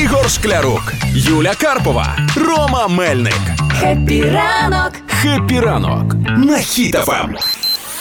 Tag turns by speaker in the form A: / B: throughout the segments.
A: Ігор Шклярук, Юля Карпова, Рома Мельник.
B: Хеппі ранок!
A: Хеппі ранок на хітафам.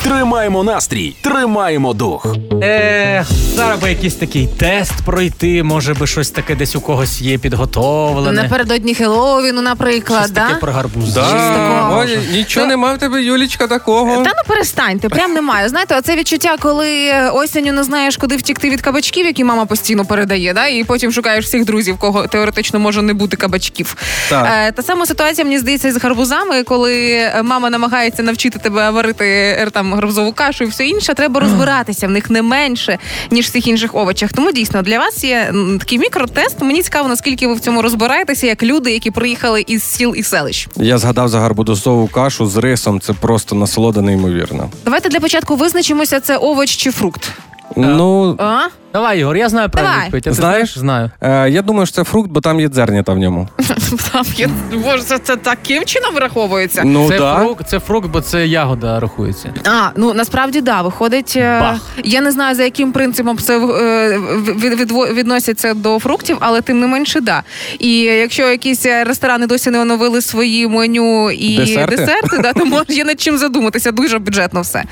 A: Тримаємо настрій, тримаємо дух.
C: Ех, зараз би якийсь такий тест пройти, може би щось таке десь у когось є підготовлене.
D: Напередодні Хеллоуіну, наприклад,
C: щось таке
D: да?
C: про гарбуз.
D: Щось
E: Да,
D: такого.
E: Ой, нічого нема в тебе, Юлічка, такого.
D: Та ну перестаньте, прям немає. Знаєте, оце відчуття, коли е, осінню не знаєш, куди втікти від кабачків, які мама постійно передає, да? і потім шукаєш всіх друзів, кого теоретично може не бути кабачків.
E: Так.
D: Е, та сама ситуація, мені здається, і з гарбузами, коли е, мама намагається навчити тебе варити е, там гарбузову кашу і все інше, треба розбиратися в них не менше, ніж в всіх інших овочах. Тому дійсно для вас є м, такий мікротест. Мені цікаво, наскільки ви в цьому розбираєтеся, як люди, які приїхали із сіл і селищ.
E: Я згадав за гарбудосову кашу з рисом. Це просто насолода неймовірна.
D: Давайте для початку визначимося, це овоч чи фрукт.
E: Ну,
D: А?
C: Давай, Ігор, я знаю правильну
D: Давай.
C: відповідь. А ти
E: Знаєш?
C: Знаю.
E: е, я думаю, що це фрукт, бо там є дзернята в ньому.
D: Там є- Боже, це, це таким чином враховується.
E: Ну
C: це,
E: да.
C: фрукт, це фрукт, бо це ягода рахується.
D: А, ну насправді да, виходить. е,
C: Бах.
D: Я не знаю за яким принципом це е, в- від- відво- відноситься до фруктів, але тим не менше, да. І якщо якісь ресторани досі не оновили свої меню і
E: Десерти?
D: да, то може є над чим задуматися. Дуже бюджетно все.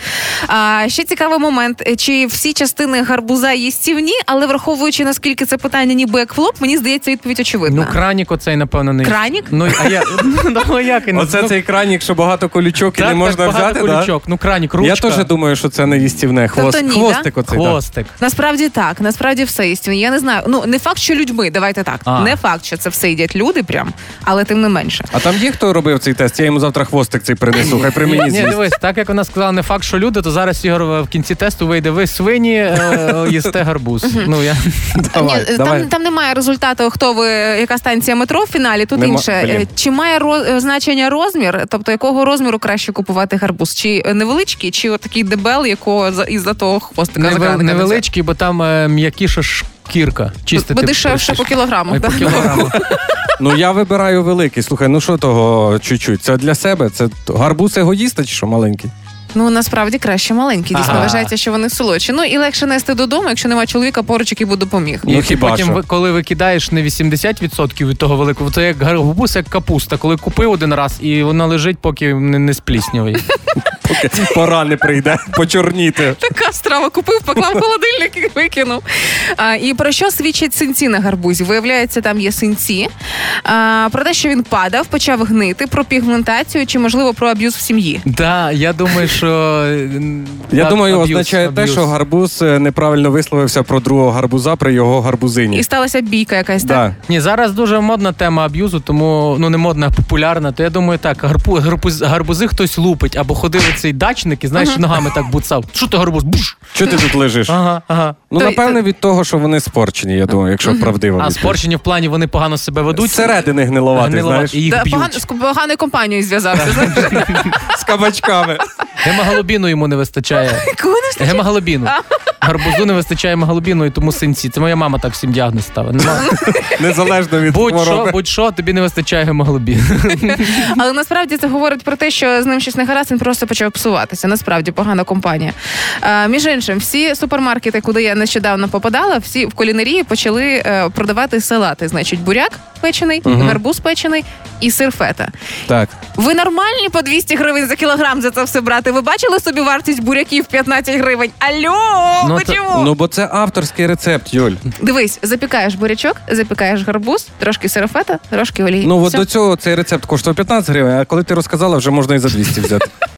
D: А ще цікавий момент: е, чи всі частини гарбуза їстівні, але враховуючи наскільки це питання, ніби як флоп, мені здається, відповідь очевидна.
C: Ну, кранік оцей, напевно, не
D: Кранік?
C: Ну, а я... ну, а як і не
E: Оце
C: ну,
E: цей кранік, що багато колючок і
C: так,
E: не можна
C: так, багато
E: взяти. да?
C: Колючок. Ну, кранік, ручка.
E: Я теж думаю, що це не їстівне.
D: Тобто
E: Хвост,
D: ні, да?
E: хвостик оцей. да.
C: Хвостик.
D: Насправді так, насправді все істинне. Я не знаю. Ну не факт, що людьми, давайте так.
C: А.
D: Не факт, що це все їдять люди, прям, але тим не менше.
E: А там є хто робив цей тест? Я йому завтра хвостик цей принесу. Хай при мені
C: Ні,
E: з'їсть.
C: дивись, так як вона сказала, не факт, що люди, то зараз Ігор в кінці тесту вийде ви свині, е, їсте гарбуз. Ну я
E: Давай,
D: Ні,
E: давай.
D: Там, там немає результату, хто ви, яка станція метро в фіналі. Тут
E: Нема-
D: інше.
E: блін.
D: Е, Чи має роз- е, значення розмір? Тобто якого розміру краще купувати гарбуз? Чи е, невеличкий, чи от такий дебел, якого за із-за того хвостика
C: Невел-
D: закраника несе?
C: невеличкий, бо там е, м'якіша шкірка. Чистити
D: Бо дешевше по
C: простіше.
D: кілограму.
C: Ой, по
D: да.
C: кілограму.
E: Ну я вибираю великий. Слухай, ну що того чуть-чуть? Це для себе? Це гарбуз егоїста чи що маленький?
D: Ну насправді краще маленькі. Дійсно
C: Ага.
D: вважається, що вони солодші. Ну і легше нести додому, якщо немає чоловіка поруч, який би допоміг.
E: Ну,
C: І
E: хіба
C: потім,
E: що.
C: ви- коли викидаєш не 80% від того великого, це як гарбуз, як капуста. Коли купив один раз, і вона лежить, поки не, не спліснює.
E: Поки пора не прийде, почорніти.
D: Така страва купив, поклав в холодильник і викинув. А, і про що свідчать синці на гарбузі? Виявляється, там є синці. А, про те, що він падав, почав гнити, про пігментацію чи, можливо, про аб'юз в сім'ї.
C: Да, я думаю, що м,
E: Я
C: так,
E: думаю,
C: аб'юз,
E: означає те,
C: аб'юз.
E: що гарбуз е, неправильно висловився про другого гарбуза при його гарбузині.
D: І сталася бійка якась, так?
E: Да.
C: Ні, зараз дуже модна тема аб'юзу, тому ну не модна, а популярна. То я думаю, так, гарпу, гарбуз, гарбузи хтось лупить або ходив цей дачник і знаєш, ногами так буцав. Що ти гарбуз? Буш!
E: Чого ти тут лежиш?
C: Ага, ага.
E: Ну,
D: То-
E: напевне, від того, що вони спорчені, я думаю, якщо правдиво.
C: А
E: відповідь.
C: спорчені в плані вони погано себе ведуть.
E: Зсередини гнилувати,
C: Гнилова-
E: знаєш,
C: і їх
D: Та
C: б'ють.
D: погано- з поганою компанією зв'язався. знаєш.
E: з кабачками.
C: Гемоглобіну йому не вистачає.
D: Кого не встачає?
C: Гемоглобіну. Гарбузу не вистачає гемоглобіну, і тому синці. Це моя мама так всім діагноз ставить. Нема-
E: Незалежно від
C: Будь-що,
E: хвороби.
C: будь-що, тобі не вистачає гемоглобіну.
D: Але насправді це говорить про те, що з ним щось не гаразд, він просто почав псуватися. Насправді погана компанія. Е, між іншим, всі супермаркети, куди я нещодавно попадала, всі в кулінарії почали е, продавати салати. Значить, буряк печений, гарбуз печений і сир фета.
E: Так.
D: Ви нормальні по 200 гривень за кілограм за це все брати? Ви бачили собі вартість буряків 15 гривень? Алло, ну,
C: Ну, та-
E: Ну, бо це авторський рецепт, Юль.
D: Дивись, запікаєш бурячок, запікаєш гарбуз, трошки сира фета, трошки олії.
E: Ну, от
D: Все.
E: до цього цей рецепт коштував 15 гривень, а коли ти розказала, вже можна і за 200 взяти.